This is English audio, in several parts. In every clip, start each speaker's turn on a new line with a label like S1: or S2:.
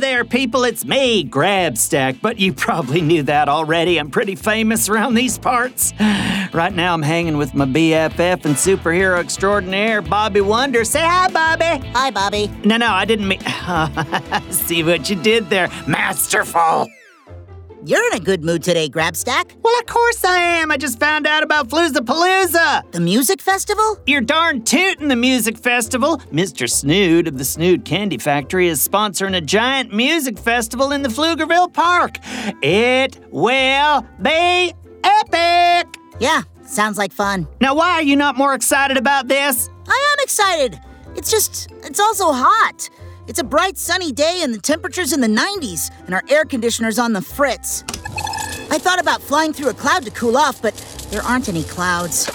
S1: there, people. It's me, Grabstack. But you probably knew that already. I'm pretty famous around these parts. Right now, I'm hanging with my BFF and superhero extraordinaire, Bobby Wonder. Say hi, Bobby.
S2: Hi, Bobby.
S1: No, no, I didn't mean. see what you did there. Masterful.
S2: You're in a good mood today, Grabstack.
S1: Well, of course I am. I just found out about Floozapalooza.
S2: The music festival?
S1: You're darn tootin' the music festival. Mr. Snood of the Snood Candy Factory is sponsoring a giant music festival in the Pflugerville Park. It will be epic.
S2: Yeah, sounds like fun.
S1: Now, why are you not more excited about this?
S2: I am excited. It's just, it's also hot. It's a bright sunny day and the temperature's in the 90s and our air conditioner's on the fritz. I thought about flying through a cloud to cool off, but there aren't any clouds.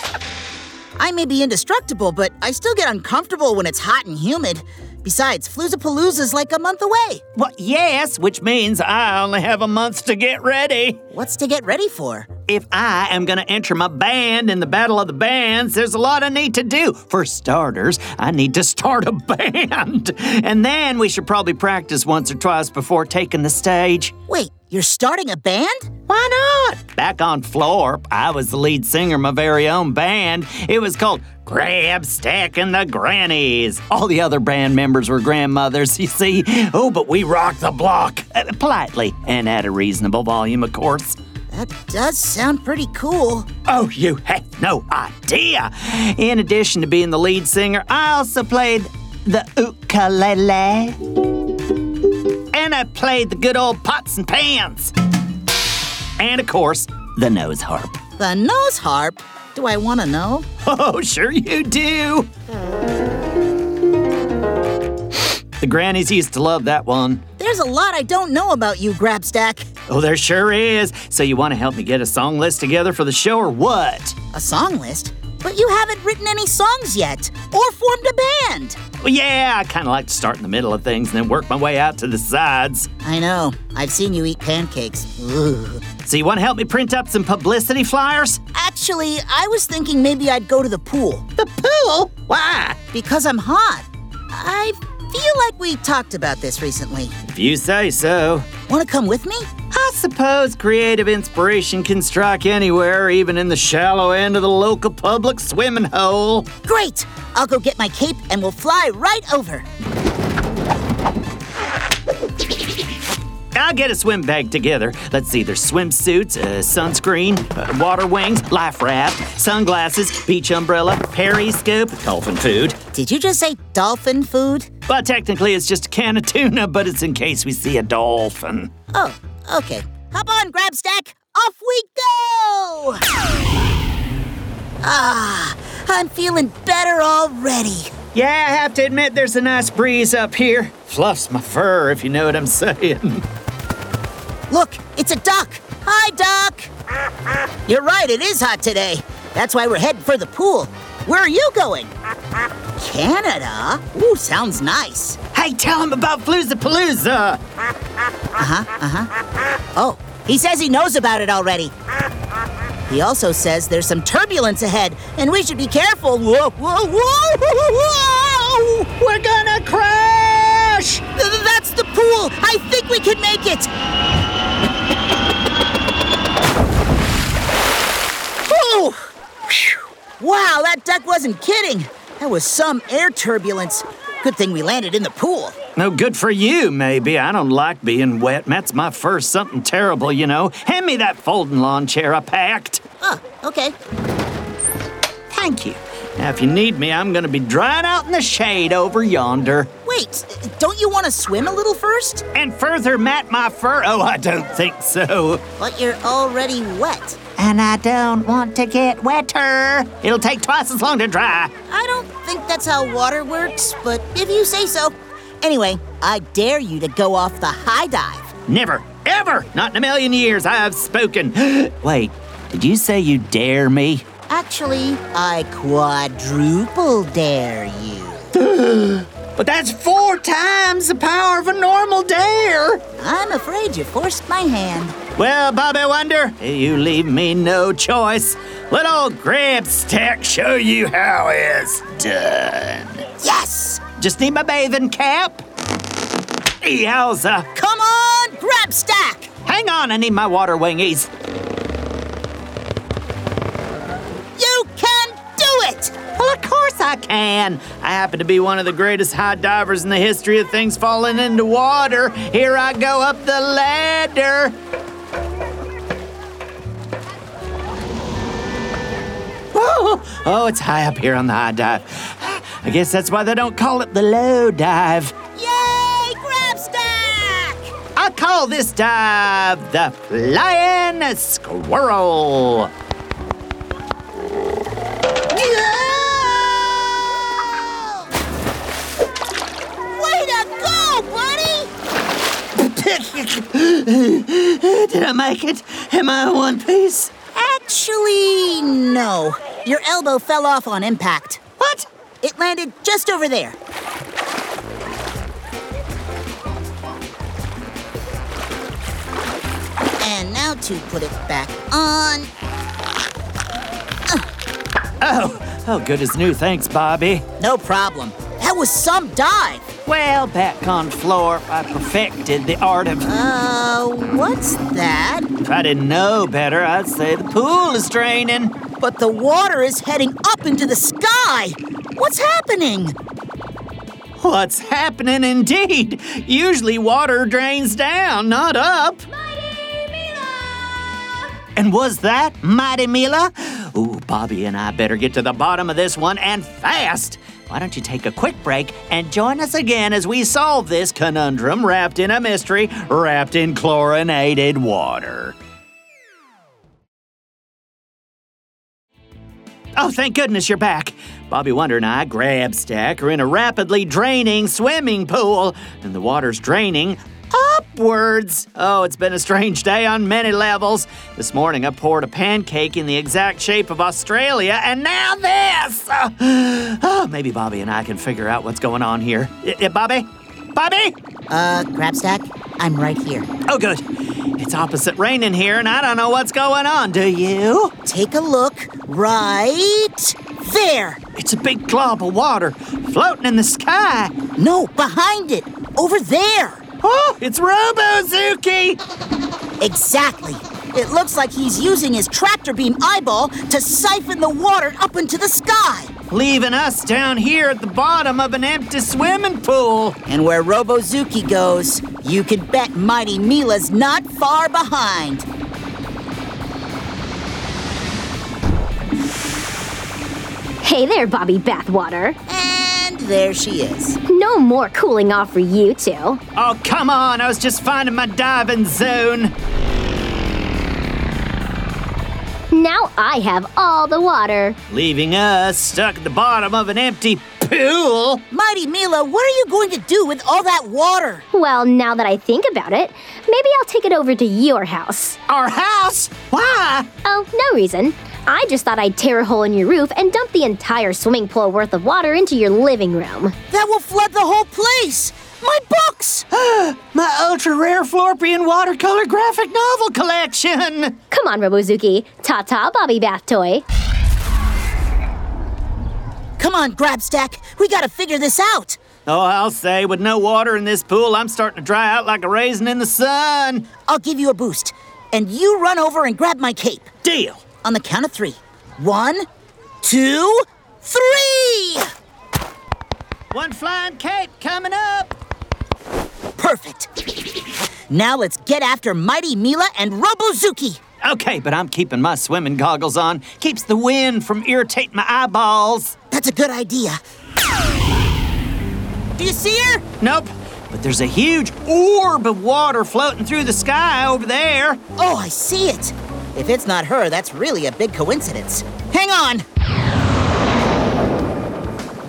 S2: I may be indestructible, but I still get uncomfortable when it's hot and humid. Besides, Floozapalooza's like a month away.
S1: Well, yes, which means I only have a month to get ready.
S2: What's to get ready for?
S1: If I am going to enter my band in the Battle of the Bands, there's a lot I need to do. For starters, I need to start a band. And then we should probably practice once or twice before taking the stage.
S2: Wait, you're starting a band?
S1: Why not? Back on Florp, I was the lead singer of my very own band. It was called Grab Stack and the Grannies. All the other band members were grandmothers, you see. Oh, but we rocked the block. Uh, politely, and at a reasonable volume, of course.
S2: That does sound pretty cool.
S1: Oh, you have no idea. In addition to being the lead singer, I also played the ukulele. And I played the good old pots and pans. And of course, the nose harp.
S2: The nose harp? Do I want to know?
S1: Oh, sure you do. The grannies used to love that one.
S2: There's a lot I don't know about you, Grabstack.
S1: Oh, there sure is. So you want to help me get a song list together for the show or what?
S2: A song list? But you haven't written any songs yet, or formed a band.
S1: Well, yeah, I kind of like to start in the middle of things and then work my way out to the sides.
S2: I know. I've seen you eat pancakes. Ugh.
S1: So you want to help me print up some publicity flyers?
S2: Actually, I was thinking maybe I'd go to the pool.
S1: The pool? Why?
S2: Because I'm hot. I've feel like we talked about this recently.
S1: If you say so.
S2: Want to come with me?
S1: I suppose creative inspiration can strike anywhere, even in the shallow end of the local public swimming hole.
S2: Great! I'll go get my cape and we'll fly right over.
S1: I'll get a swim bag together. Let's see, there's swimsuits, uh, sunscreen, uh, water wings, life raft, sunglasses, beach umbrella, peri scoop, dolphin food.
S2: Did you just say dolphin food?
S1: Well, technically it's just a can of tuna, but it's in case we see a dolphin.
S2: Oh, okay. Hop on, grab stack. Off we go! ah, I'm feeling better already.
S1: Yeah, I have to admit there's a nice breeze up here. Fluffs my fur, if you know what I'm saying.
S2: Look, it's a duck. Hi, duck. You're right, it is hot today. That's why we're heading for the pool. Where are you going? Canada? Ooh, sounds nice.
S1: Hey, tell him about Floozapalooza. Uh
S2: huh, uh huh. Oh, he says he knows about it already. He also says there's some turbulence ahead and we should be careful. Whoa, whoa, whoa, whoa!
S1: We're gonna crash!
S2: That's the pool! I think we can make it! Ooh. Wow, that duck wasn't kidding. That was some air turbulence. Good thing we landed in the pool.
S1: No good for you, maybe. I don't like being wet. That's my first something terrible, you know. Hand me that folding lawn chair I packed.
S2: Oh, okay.
S1: Thank you. Now, if you need me, I'm going to be drying out in the shade over yonder.
S2: Wait, don't you want to swim a little first?
S1: And further mat my fur? Oh, I don't think so.
S2: But you're already wet.
S1: And I don't want to get wetter. It'll take twice as long to dry.
S2: I don't think that's how water works, but if you say so. Anyway, I dare you to go off the high dive.
S1: Never, ever, not in a million years, I have spoken. Wait, did you say you dare me?
S2: Actually, I quadruple dare
S1: you. but that's four times the power of a normal dare.
S2: I'm afraid you forced my hand.
S1: Well, Bobby Wonder, you leave me no choice. Let old Grabstack show you how it's done.
S2: Yes!
S1: Just need my bathing cap. Yowza.
S2: Come
S1: Hang on, I need my water wingies.
S2: You can do it!
S1: Well, of course I can. I happen to be one of the greatest high divers in the history of things falling into water. Here I go up the ladder. Woo! Oh, it's high up here on the high dive. I guess that's why they don't call it the low dive.
S2: Yay, grab stack!
S1: I call this dive the flying squirrel.
S2: Way to go, buddy!
S1: Did I make it? Am I in one piece?
S2: Actually, no. Your elbow fell off on impact.
S1: What?
S2: It landed just over there. And now to put it back on.
S1: Oh, good as new. Thanks, Bobby.
S2: No problem. That was some dive.
S1: Well, back on floor, I perfected the art of.
S2: Uh, what's that?
S1: If I didn't know better, I'd say the pool is draining.
S2: But the water is heading up into the sky. What's happening?
S1: What's happening indeed? Usually water drains down, not up. And was that Mighty Mila? Ooh, Bobby and I better get to the bottom of this one and fast. Why don't you take a quick break and join us again as we solve this conundrum wrapped in a mystery, wrapped in chlorinated water. Oh, thank goodness you're back. Bobby Wonder and I, Grab Stack, are in a rapidly draining swimming pool, and the water's draining upwards. Oh, it's been a strange day on many levels. This morning I poured a pancake in the exact shape of Australia, and now this! Oh, oh, maybe Bobby and I can figure out what's going on here. Y- y- Bobby? Bobby?
S2: Uh, Crabstack, I'm right here.
S1: Oh, good. It's opposite rain in here, and I don't know what's going on, do you?
S2: Take a look right there.
S1: It's a big glob of water floating in the sky.
S2: No, behind it. Over there.
S1: Oh, it's Robozuki!
S2: Exactly. It looks like he's using his tractor beam eyeball to siphon the water up into the sky.
S1: Leaving us down here at the bottom of an empty swimming pool.
S2: And where Robozuki goes, you can bet Mighty Mila's not far behind.
S3: Hey there, Bobby Bathwater.
S2: And there she is.
S3: No more cooling off for you two.
S1: Oh, come on, I was just finding my diving zone.
S3: Now I have all the water.
S1: Leaving us stuck at the bottom of an empty pool.
S2: Mighty Mila, what are you going to do with all that water?
S3: Well, now that I think about it, maybe I'll take it over to your house.
S1: Our house? Why?
S3: Oh, no reason. I just thought I'd tear a hole in your roof and dump the entire swimming pool worth of water into your living room.
S2: That will flood the whole place. My books!
S1: Ah, My ultra rare Florpian watercolor graphic novel collection.
S3: Come on, Robozuki. Ta ta, Bobby Bath Toy.
S2: Come on, Grabstack. We gotta figure this out.
S1: Oh, I'll say, with no water in this pool, I'm starting to dry out like a raisin in the sun.
S2: I'll give you a boost. And you run over and grab my cape.
S1: Deal.
S2: On the count of three. One, two, three!
S1: One flying cape coming up.
S2: Perfect. Now let's get after Mighty Mila and Robozuki.
S1: Okay, but I'm keeping my swimming goggles on. Keeps the wind from irritating my eyeballs.
S2: That's a good idea. Do you see her?
S1: Nope. But there's a huge orb of water floating through the sky over there.
S2: Oh, I see it. If it's not her, that's really a big coincidence. Hang on.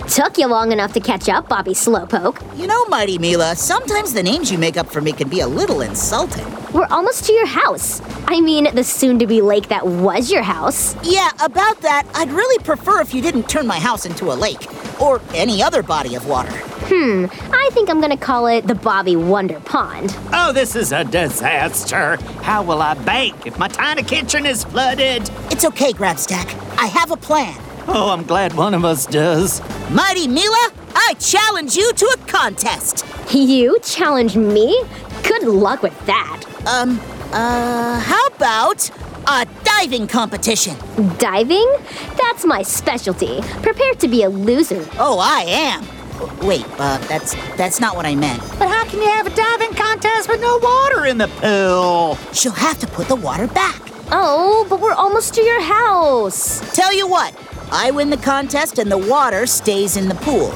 S3: Took you long enough to catch up, Bobby Slowpoke.
S2: You know, Mighty Mila, sometimes the names you make up for me can be a little insulting.
S3: We're almost to your house. I mean, the soon to be lake that was your house.
S2: Yeah, about that, I'd really prefer if you didn't turn my house into a lake or any other body of water.
S3: I think I'm gonna call it the Bobby Wonder Pond.
S1: Oh, this is a disaster. How will I bake if my tiny kitchen is flooded?
S2: It's okay, Grabstack. I have a plan.
S1: Oh, I'm glad one of us does.
S2: Mighty Mila, I challenge you to a contest.
S3: You challenge me? Good luck with that.
S2: Um, Uh, how about a diving competition?
S3: Diving? That's my specialty. Prepare to be a loser.
S2: Oh, I am. W- Wait, uh, that's that's not what I meant.
S1: But how can you have a diving contest with no water in the pool?
S2: She'll have to put the water back.
S3: Oh, but we're almost to your house.
S2: Tell you what, I win the contest and the water stays in the pool.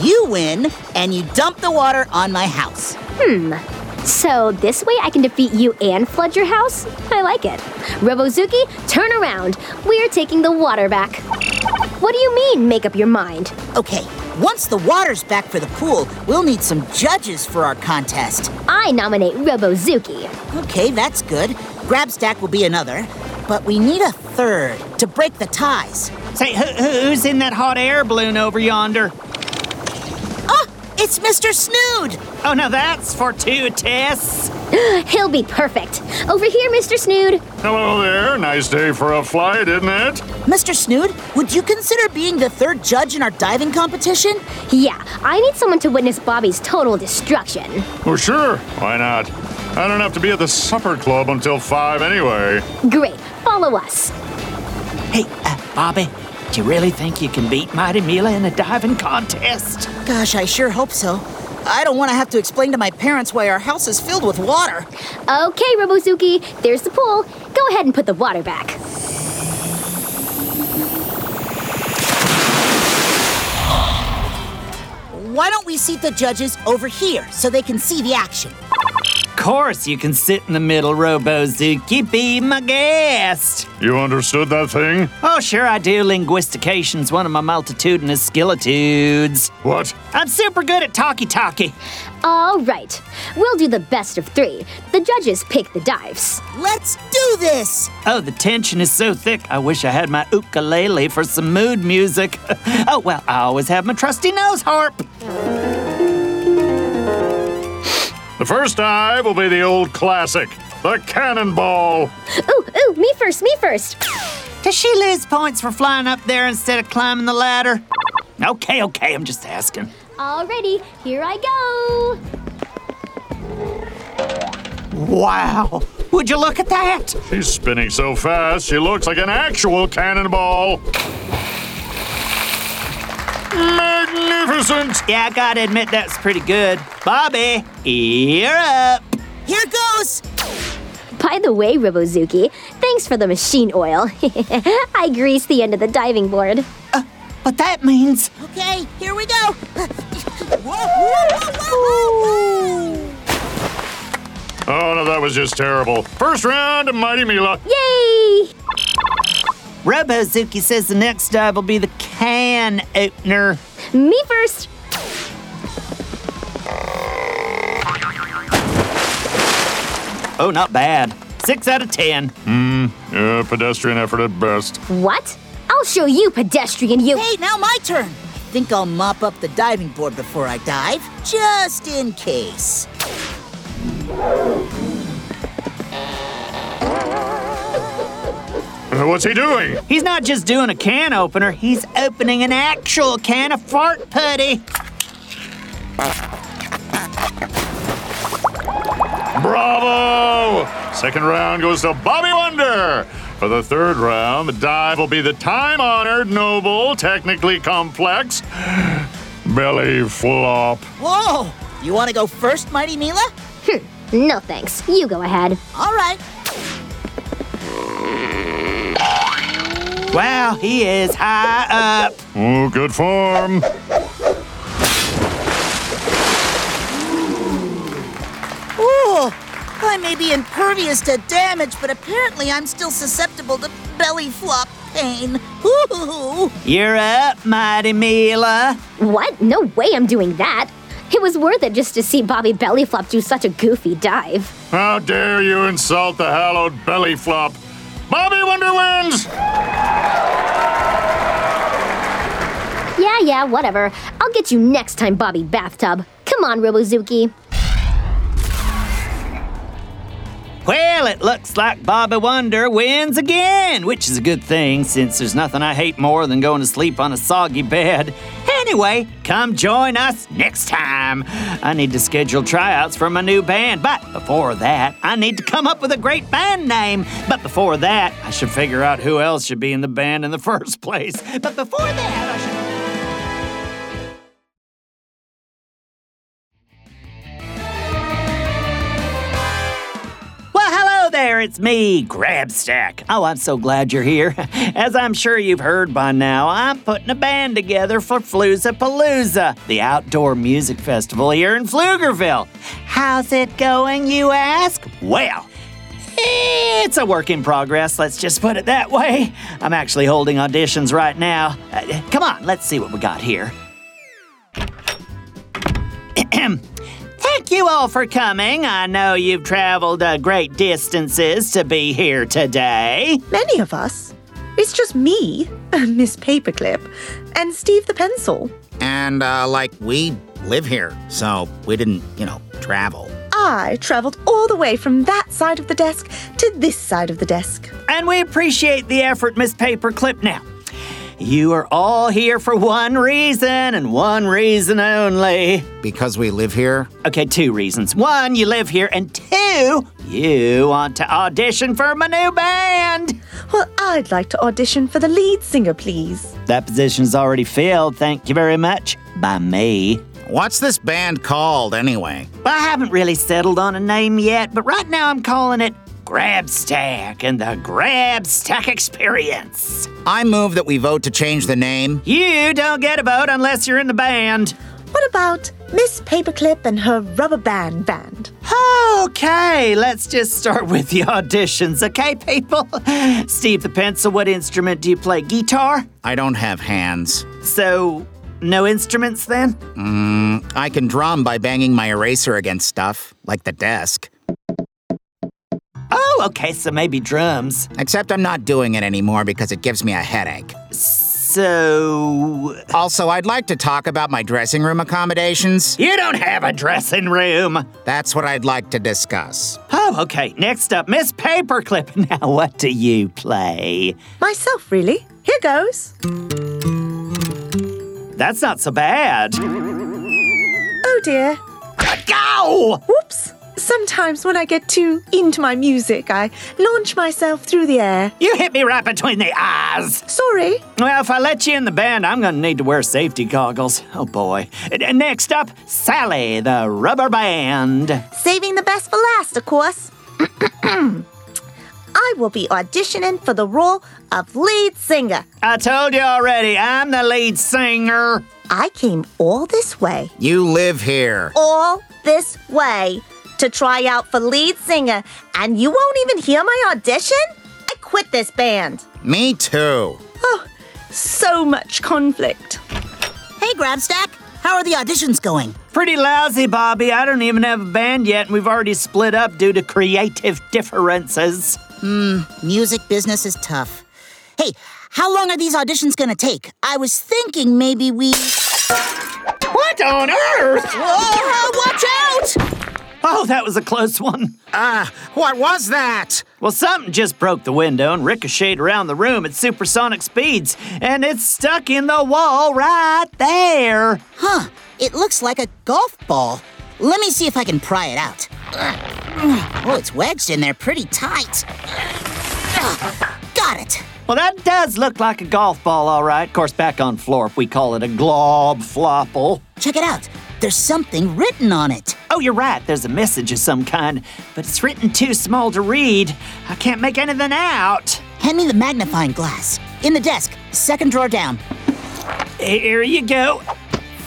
S2: You win and you dump the water on my house.
S3: So this way I can defeat you and flood your house? I like it. Robozuki, turn around. We're taking the water back. What do you mean, make up your mind?
S2: Okay, once the water's back for the pool, we'll need some judges for our contest.
S3: I nominate Robozuki.
S2: Okay, that's good. Grab stack will be another. But we need a third to break the ties.
S1: Say, who, who- who's in that hot air balloon over yonder?
S2: Oh, it's Mr. Snood!
S1: Oh, now that's fortuitous.
S3: He'll be perfect. Over here, Mr. Snood.
S4: Hello there. Nice day for a flight, isn't it?
S2: Mr. Snood, would you consider being the third judge in our diving competition?
S3: Yeah, I need someone to witness Bobby's total destruction.
S4: Well, Oh, sure. Why not? I don't have to be at the supper club until five anyway.
S3: Great, follow us.
S1: Hey, uh, Bobby, do you really think you can beat Mighty Mila in a diving contest?
S2: Gosh, I sure hope so. I don't want to have to explain to my parents why our house is filled with water.
S3: Okay, Robozuki, there's the pool. Go ahead and put the water back.
S2: Why don't we seat the judges over here so they can see the action?
S1: Of course you can sit in the middle, Robozuki. Be my guest.
S4: You understood that thing?
S1: Oh, sure I do. Linguistication's one of my multitudinous skillitudes.
S4: What?
S1: I'm super good at talkie talkie.
S3: All right, we'll do the best of three. The judges pick the dives.
S2: Let's do this!
S1: Oh, the tension is so thick. I wish I had my ukulele for some mood music. oh, well, I always have my trusty nose harp.
S4: The first dive will be the old classic the cannonball.
S3: Ooh, ooh, me first, me first.
S1: Does she lose points for flying up there instead of climbing the ladder? Okay, okay, I'm just asking.
S3: Alrighty, here I go.
S1: Wow. Would you look at that?
S4: She's spinning so fast, she looks like an actual cannonball. Magnificent!
S1: Yeah, I gotta admit that's pretty good. Bobby, you're up.
S2: Here goes!
S3: By the way, Robozuki, thanks for the machine oil. I greased the end of the diving board.
S1: But that means
S2: Okay, here we go! Whoa, whoa, whoa, whoa, whoa.
S4: Oh, no, that was just terrible. First round, Mighty Mila.
S3: Yay!
S1: Robozuki says the next dive will be the can opener.
S3: Me first.
S1: Oh, not bad. Six out of ten.
S4: Yeah, pedestrian effort at best.
S3: What? I'll show you, pedestrian you.
S2: Hey, now my turn! I think I'll mop up the diving board before I dive, just in case.
S4: Uh, What's he doing?
S1: He's not just doing a can opener, he's opening an actual can of fart putty.
S4: Bravo! Second round goes to Bobby Wonder. For the third round, the dive will be the time honored, noble, technically complex belly flop.
S2: Whoa! You want to go first, Mighty Mila?
S3: Hmm, No thanks. You go ahead.
S2: All right.
S1: Wow, he is high up.
S4: Ooh, good form.
S2: Ooh, I may be impervious to damage, but apparently I'm still susceptible to belly flop pain. Ooh.
S1: You're up, Mighty Mila.
S3: What? No way I'm doing that. It was worth it just to see Bobby Bellyflop do such a goofy dive.
S4: How dare you insult the hallowed belly flop? Bobby Wonder wins!
S3: Yeah, yeah, whatever. I'll get you next time, Bobby Bathtub. Come on, Robozuki.
S1: Well, it looks like Bobby Wonder wins again, which is a good thing since there's nothing I hate more than going to sleep on a soggy bed. And Anyway, come join us next time. I need to schedule tryouts for my new band, but before that, I need to come up with a great band name. But before that, I should figure out who else should be in the band in the first place. But before that, I should. Well, hello there. It's me, Grabstack. Oh, I'm so glad you're here. As I'm sure you've heard by now, I'm putting a band together for Floozapalooza, the outdoor music festival here in Pflugerville. How's it going, you ask? Well, it's a work in progress, let's just put it that way. I'm actually holding auditions right now. Uh, come on, let's see what we got here. Thank you all for coming. I know you've traveled uh, great distances to be here today.
S5: Many of us. It's just me, Miss Paperclip, and Steve the Pencil.
S6: And, uh, like, we live here, so we didn't, you know, travel.
S5: I travelled all the way from that side of the desk to this side of the desk.
S1: And we appreciate the effort, Miss Paperclip. Now, you are all here for one reason and one reason only.
S6: Because we live here,
S1: Okay, two reasons. One, you live here, and two, you want to audition for my new band.
S5: Well, I'd like to audition for the lead singer, please.
S1: That position's already filled, thank you very much, by me.
S6: what's this band called anyway?
S1: Well, I haven't really settled on a name yet, but right now I'm calling it Grabstack and the Grabstack Experience.
S6: I move that we vote to change the name.
S1: You don't get a vote unless you're in the band.
S5: What about Miss Paperclip and her rubber band band?
S1: Okay, let's just start with the auditions, okay, people? Steve the Pencil, what instrument do you play? Guitar?
S6: I don't have hands.
S1: So, no instruments then?
S6: I can drum by banging my eraser against stuff, like the desk.
S1: Oh, okay, so maybe drums.
S6: Except I'm not doing it anymore because it gives me a headache.
S1: So.
S6: Also, I'd like to talk about my dressing room accommodations.
S1: You don't have a dressing room!
S6: That's what I'd like to discuss.
S1: Oh, okay, next up, Miss Paperclip. Now, what do you play?
S5: Myself, really. Here goes.
S1: That's not so bad.
S5: Oh dear.
S1: Go!
S5: Whoops. Sometimes when I get too into my music, I launch myself through the air.
S1: You hit me right between the eyes!
S5: Sorry.
S1: Well, if I let you in the band, I'm gonna need to wear safety goggles. Oh boy. And- and Next up, Sally, the rubber band.
S5: Saving the best for last, of course. I will be auditioning for the role of lead singer.
S1: I told you already, I'm the lead singer.
S5: I came all this way,
S6: You live here.
S5: all this way, to try out for lead singer, and you won't even hear my audition? I quit this band.
S6: Me too.
S5: So much conflict.
S2: Hey, Grabstack, how are the auditions going?
S1: Pretty lousy, Bobby. I don't even have a band yet, and we've already split up due to creative differences.
S2: Music business is tough. Hey, how long are these auditions gonna take? I was thinking maybe we.
S1: What on earth?
S2: Oh, watch out!
S1: Oh, that was a close one.
S6: Ah, what was that?
S1: Well, something just broke the window and ricocheted around the room at supersonic speeds, and it's stuck in the wall right there.
S2: Huh, it looks like a golf ball. Let me see if I can pry it out. Oh, it's wedged in there pretty tight. Got it.
S1: Well, that does look like a golf ball, all right. Of course, back on Florp, we call it a glob flopple.
S2: Check it out. There's something written on it.
S1: Oh, you're right, there's a message of some kind, but it's written too small to read. I can't make anything out.
S2: Hand me the magnifying glass. In the desk, second drawer down.
S1: Here you go.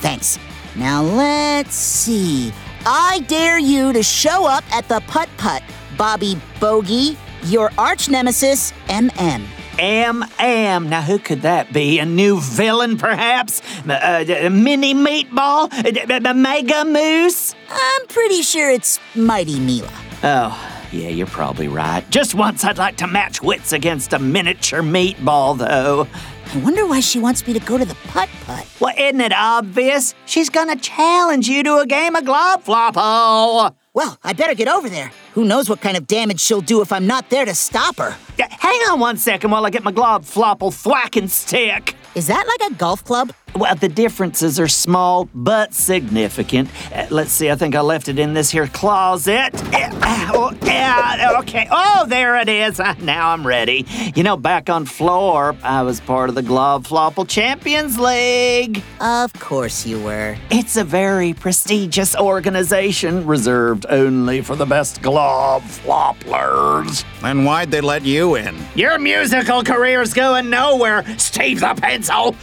S2: Thanks. Now let's see. I dare you to show up at the putt putt, Bobby Bogey, your arch nemesis, MM.
S1: Am Am. Now, who could that be? A new villain, perhaps? M- Uh, d- mini meatball? Uh, d- d- d- Mega moose?
S2: I'm pretty sure it's Mighty Mila.
S1: Oh, yeah, you're probably right. Just once, I'd like to match wits against a miniature meatball, though.
S2: I wonder why she wants me to go to the putt putt.
S1: Well, isn't it obvious? She's gonna challenge you to a game of globfloppo.
S2: Well, I better get over there. Who knows what kind of damage she'll do if I'm not there to stop her?
S1: D- Hang on one second while I get my globflopple thwacking stick.
S2: Is that like a golf club?
S1: Well, the differences are small but significant. Uh, let's see, I think I left it in this here closet. Eh, oh, yeah, okay. Oh, there it is. Ah, Now I'm ready. You know, back on floor, I was part of the Glob Flopple Champions League.
S2: Of course you were.
S1: It's a very prestigious organization reserved only for the best glob flopplers.
S6: And why'd they let you in?
S1: Your musical career's going nowhere, Steve the Pencil.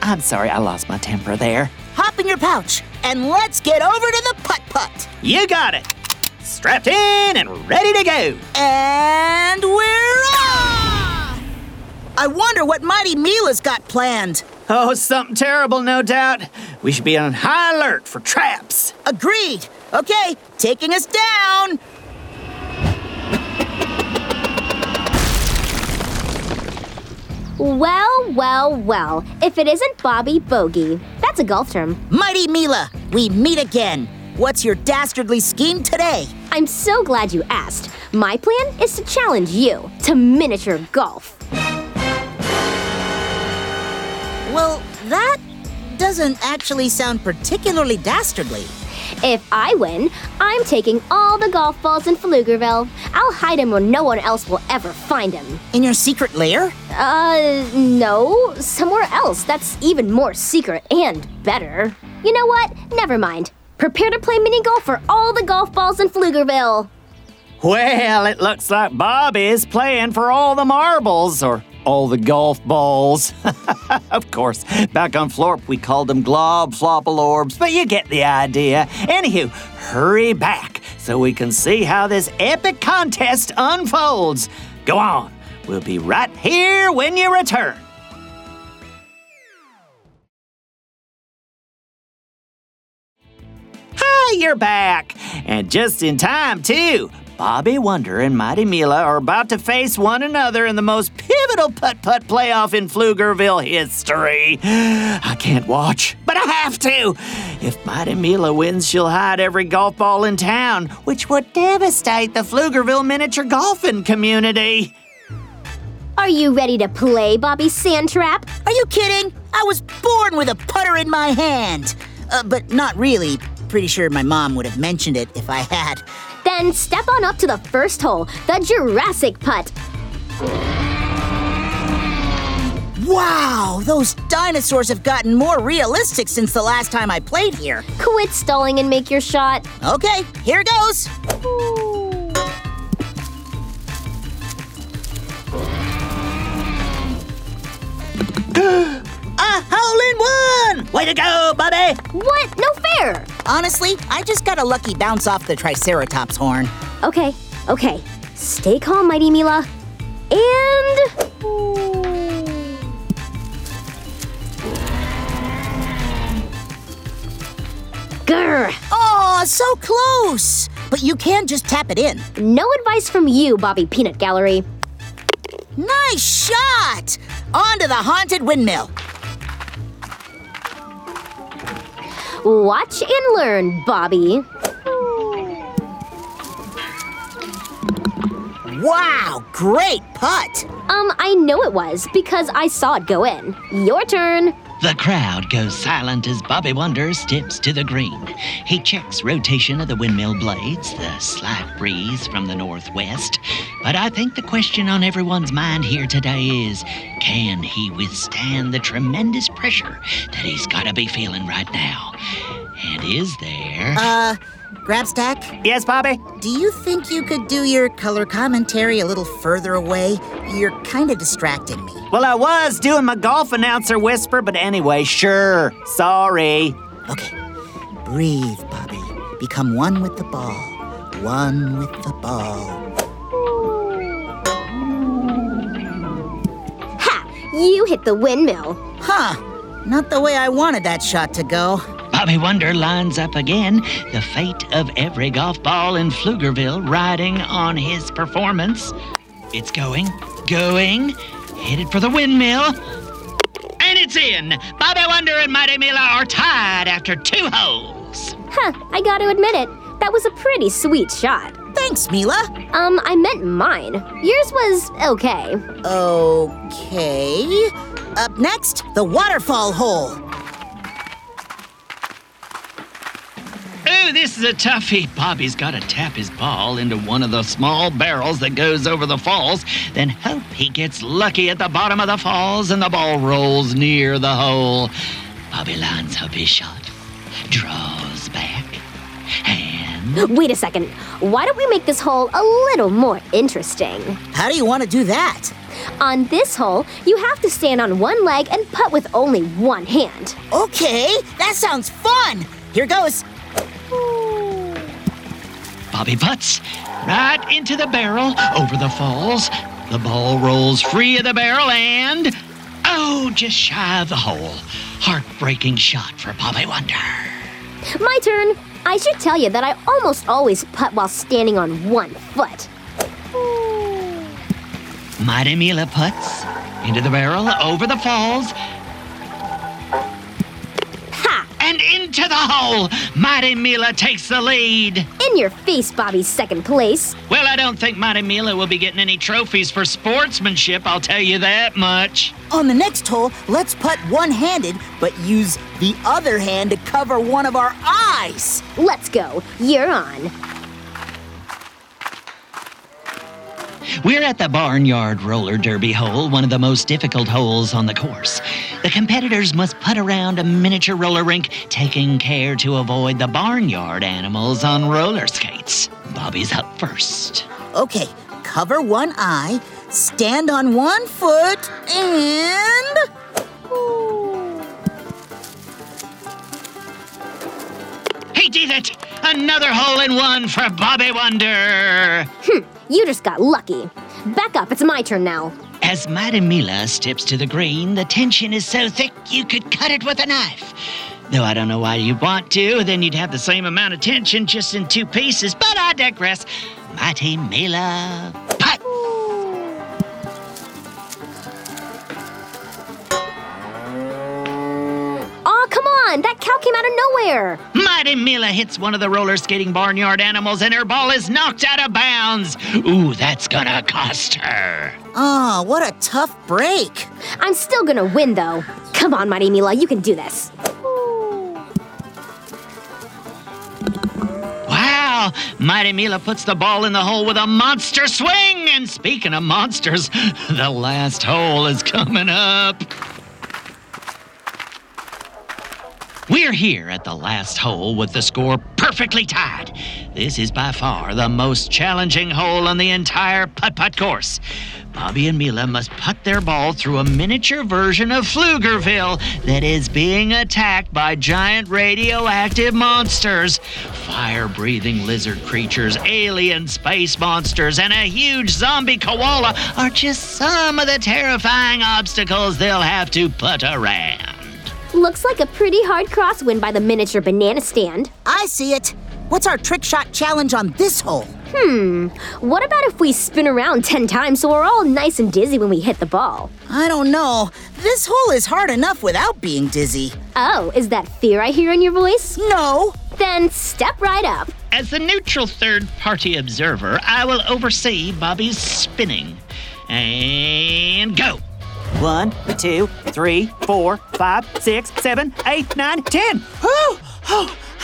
S1: I'm sorry, I lost my temper there.
S2: Hop in your pouch and let's get over to the putt putt.
S1: You got it. Strapped in and ready to go.
S2: And we're off! I wonder what Mighty Mila's got planned.
S1: Oh, something terrible, no doubt. We should be on high alert for traps.
S2: Agreed. Okay, taking us down.
S3: Well, well, well. If it isn't Bobby Bogey, that's a golf term.
S2: Mighty Mila, we meet again. What's your dastardly scheme today?
S3: I'm so glad you asked. My plan is to challenge you to miniature golf.
S2: Well, that doesn't actually sound particularly dastardly.
S3: If I win, I'm taking all the golf balls in Pflugerville. I'll hide him where no one else will ever find him.
S2: In your secret lair?
S3: Uh, no, somewhere else. That's even more secret and better. You know what? Never mind. Prepare to play mini golf for all the golf balls in Pflugerville.
S1: Well, it looks like Bobby's playing for all the marbles or all the golf balls. of course, back on Florp, we called them glob flopple orbs, but you get the idea. Anywho, hurry back so we can see how this epic contest unfolds. Go on, we'll be right here when you return. Hi, you're back! And just in time, too. Bobby Wonder and Mighty Mila are about to face one another in the most pivotal putt putt playoff in Pflugerville history. I can't watch, but I have to. If Mighty Mila wins, she'll hide every golf ball in town, which would devastate the Pflugerville miniature golfing community.
S3: Are you ready to play, Bobby Sandtrap?
S2: Are you kidding? I was born with a putter in my hand. Uh, but not really. Pretty sure my mom would have mentioned it if I had.
S3: Then step on up to the first hole, the Jurassic putt.
S2: Wow, those dinosaurs have gotten more realistic since the last time I played here.
S3: Quit stalling and make your shot.
S2: Okay, here goes. A hole in one! Way to go, Bobby!
S3: What? No fair!
S2: Honestly, I just got a lucky bounce off the Triceratops horn.
S3: Okay, okay. Stay calm, Mighty Mila. And. Grr!
S2: Oh, so close! But you can just tap it in.
S3: No advice from you, Bobby Peanut Gallery.
S2: Nice shot! Onto the haunted windmill.
S3: Watch and learn, Bobby.
S2: Wow, great putt!
S3: Um, I know it was because I saw it go in. Your turn.
S7: The crowd goes silent as Bobby Wonder steps to the green. He checks rotation of the windmill blades, the slight breeze from the northwest. But I think the question on everyone's mind here today is can he withstand the tremendous pressure that he's got to be feeling right now? And is there.
S2: Uh, Grabstack,
S1: Yes, Bobby?
S2: do you think you could do your color commentary a little further away? You're kind of distracting me.
S1: Well, I was doing my golf announcer whisper, but anyway, sure. Sorry.
S2: Okay, breathe, Bobby. Become one with the ball. One with the ball.
S3: Ha! You hit the windmill.
S2: Huh, not the way I wanted that shot to go.
S7: Bobby Wonder lines up again, the fate of every golf ball in Pflugerville riding on his performance. It's going, going, headed for the windmill. And it's in! Bobby Wonder and Mighty Mila are tied after two holes.
S3: Huh, I gotta admit it. That was a pretty sweet shot.
S2: Thanks, Mila.
S3: Um, I meant mine. Yours was okay.
S2: Okay. Up next, the waterfall hole.
S1: Oh, this is a toughie. Bobby's got to tap his ball into one of the small barrels that goes over the falls, then hope he gets lucky at the bottom of the falls and the ball rolls near the hole. Bobby lines up his shot, draws back, and.
S3: Wait a second. Why don't we make this hole a little more interesting?
S2: How do you want to do that?
S3: On this hole, you have to stand on one leg and putt with only one hand.
S2: Okay, that sounds fun. Here goes.
S1: Bobby butts right into the barrel over the falls. The ball rolls free of the barrel and. Oh, just shy of the hole. Heartbreaking shot for Bobby Wonder.
S3: My turn. I should tell you that I almost always putt while standing on one foot.
S1: Mighty Mila puts into the barrel over the falls
S3: Ha!
S1: and into the hole. Mighty Mila takes the lead.
S3: In your face, Bobby's second place.
S1: Well, I don't think Mighty Mila will be getting any trophies for sportsmanship, I'll tell you that much.
S2: On the next hole, let's putt one handed, but use the other hand to cover one of our eyes.
S3: Let's go. You're on.
S1: We're at the Barnyard Roller Derby hole, one of the most difficult holes on the course. The competitors must putt around a miniature roller rink, taking care to avoid the barnyard animals on roller skates. Bobby's up first.
S2: Okay, cover one eye, stand on one foot, and.
S1: He did it! Another hole in one for Bobby Wonder!
S3: You just got lucky. Back up, it's my turn now.
S1: As Madam Mila steps to the green, the tension is so thick you could cut it with a knife. Though I don't know why you'd want to, then you'd have the same amount of tension just in two pieces, but I digress. Mighty Mila putt.
S3: Aw, come on! That cow came out of nowhere!
S1: Mighty Mila hits one of the roller skating barnyard animals and her ball is knocked out of bounds. Ooh, that's gonna cost her.
S2: Oh, what a tough break.
S3: I'm still gonna win, though. Come on, Mighty Mila, you can do this.
S1: Wow! Mighty Mila puts the ball in the hole with a monster swing! And speaking of monsters, the last hole is coming up. We're here at the last hole with the score perfectly tied. This is by far the most challenging hole on the entire putt putt course. Bobby and Mila must putt their ball through a miniature version of Pflugerville that is being attacked by giant radioactive monsters, fire breathing lizard creatures, alien space monsters, and a huge zombie koala are just some of the terrifying obstacles they'll have to putt around.
S3: Looks like a pretty hard crosswind by the miniature banana stand.
S2: I see it. What's our trick shot challenge on this hole?
S3: What about if we spin around 10 times so we're all nice and dizzy when we hit the ball?
S2: I don't know. This hole is hard enough without being dizzy.
S3: Oh, is that fear I hear in your voice?
S2: No.
S3: Then step right up.
S1: As the neutral third party observer, I will oversee Bobby's spinning. And go!
S8: One, two, three, four, five, six, seven, eight, nine, ten. Whew! Oh,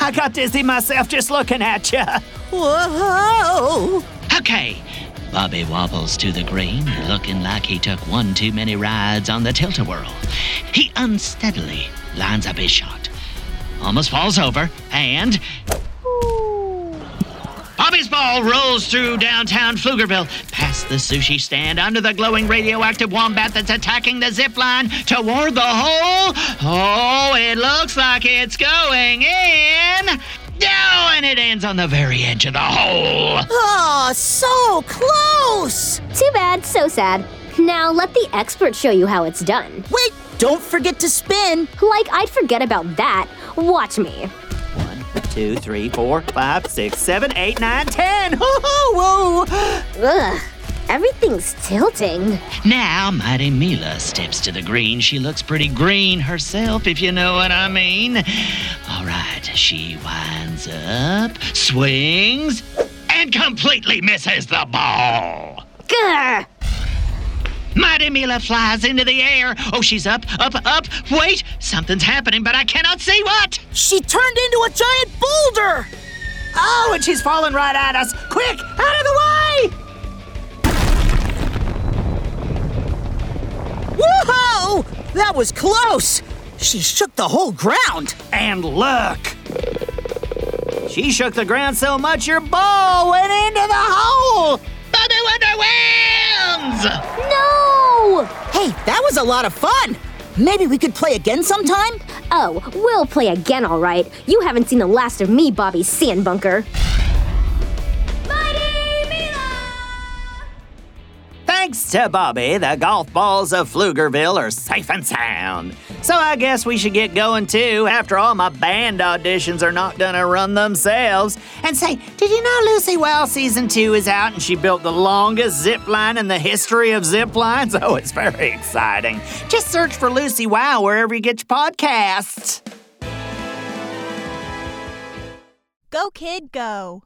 S8: I got dizzy myself just looking at you.
S2: Whoa.
S1: Okay. Bobby wobbles to the green, looking like he took one too many rides on the tilt a whirl. He unsteadily lines up his shot, almost falls over, and. Bobby's ball rolls through downtown Pflugerville, past the sushi stand, under the glowing radioactive wombat that's attacking the zip line, toward the hole. Oh, it looks like it's going in. Oh, and it ends on the very edge of the hole.
S2: Oh, so close.
S3: Too bad, so sad. Now let the expert show you how it's done.
S2: Wait, don't forget to spin.
S3: Like, I'd forget about that. Watch me.
S8: One, two, three, four, five, six, seven, eight, nine, ten. Whoa!
S3: Ugh, everything's tilting.
S1: Now, Mighty Mila steps to the green. She looks pretty green herself, if you know what I mean. All right, she winds up, swings, and completely misses the ball.
S3: Grr!
S7: Mighty Mila flies into the air. Oh, she's up, up, up. Wait, something's happening, but I cannot see what.
S2: She turned into a giant boulder!
S1: Oh, and she's falling right at us. Quick, out of the way!
S2: Whoa! Oh, That was close! She shook the whole ground!
S1: And look! She shook the ground so much your ball went into the hole!
S7: Bobby Wonder wins!
S3: No!
S2: Hey, that was a lot of fun! Maybe we could play again sometime?
S3: Oh, we'll play again, all right. You haven't seen the last of me, Bobby Sand Bunker.
S1: Thanks to Bobby, the golf balls of Pflugerville are safe and sound. So I guess we should get going too. After all, my band auditions are not gonna run themselves. And say, did you know Lucy Wells season two is out and she built the longest zip line in the history of zip lines? Oh, it's very exciting. Just search for Lucy Wow wherever you get your podcasts.
S9: Go, kid, go.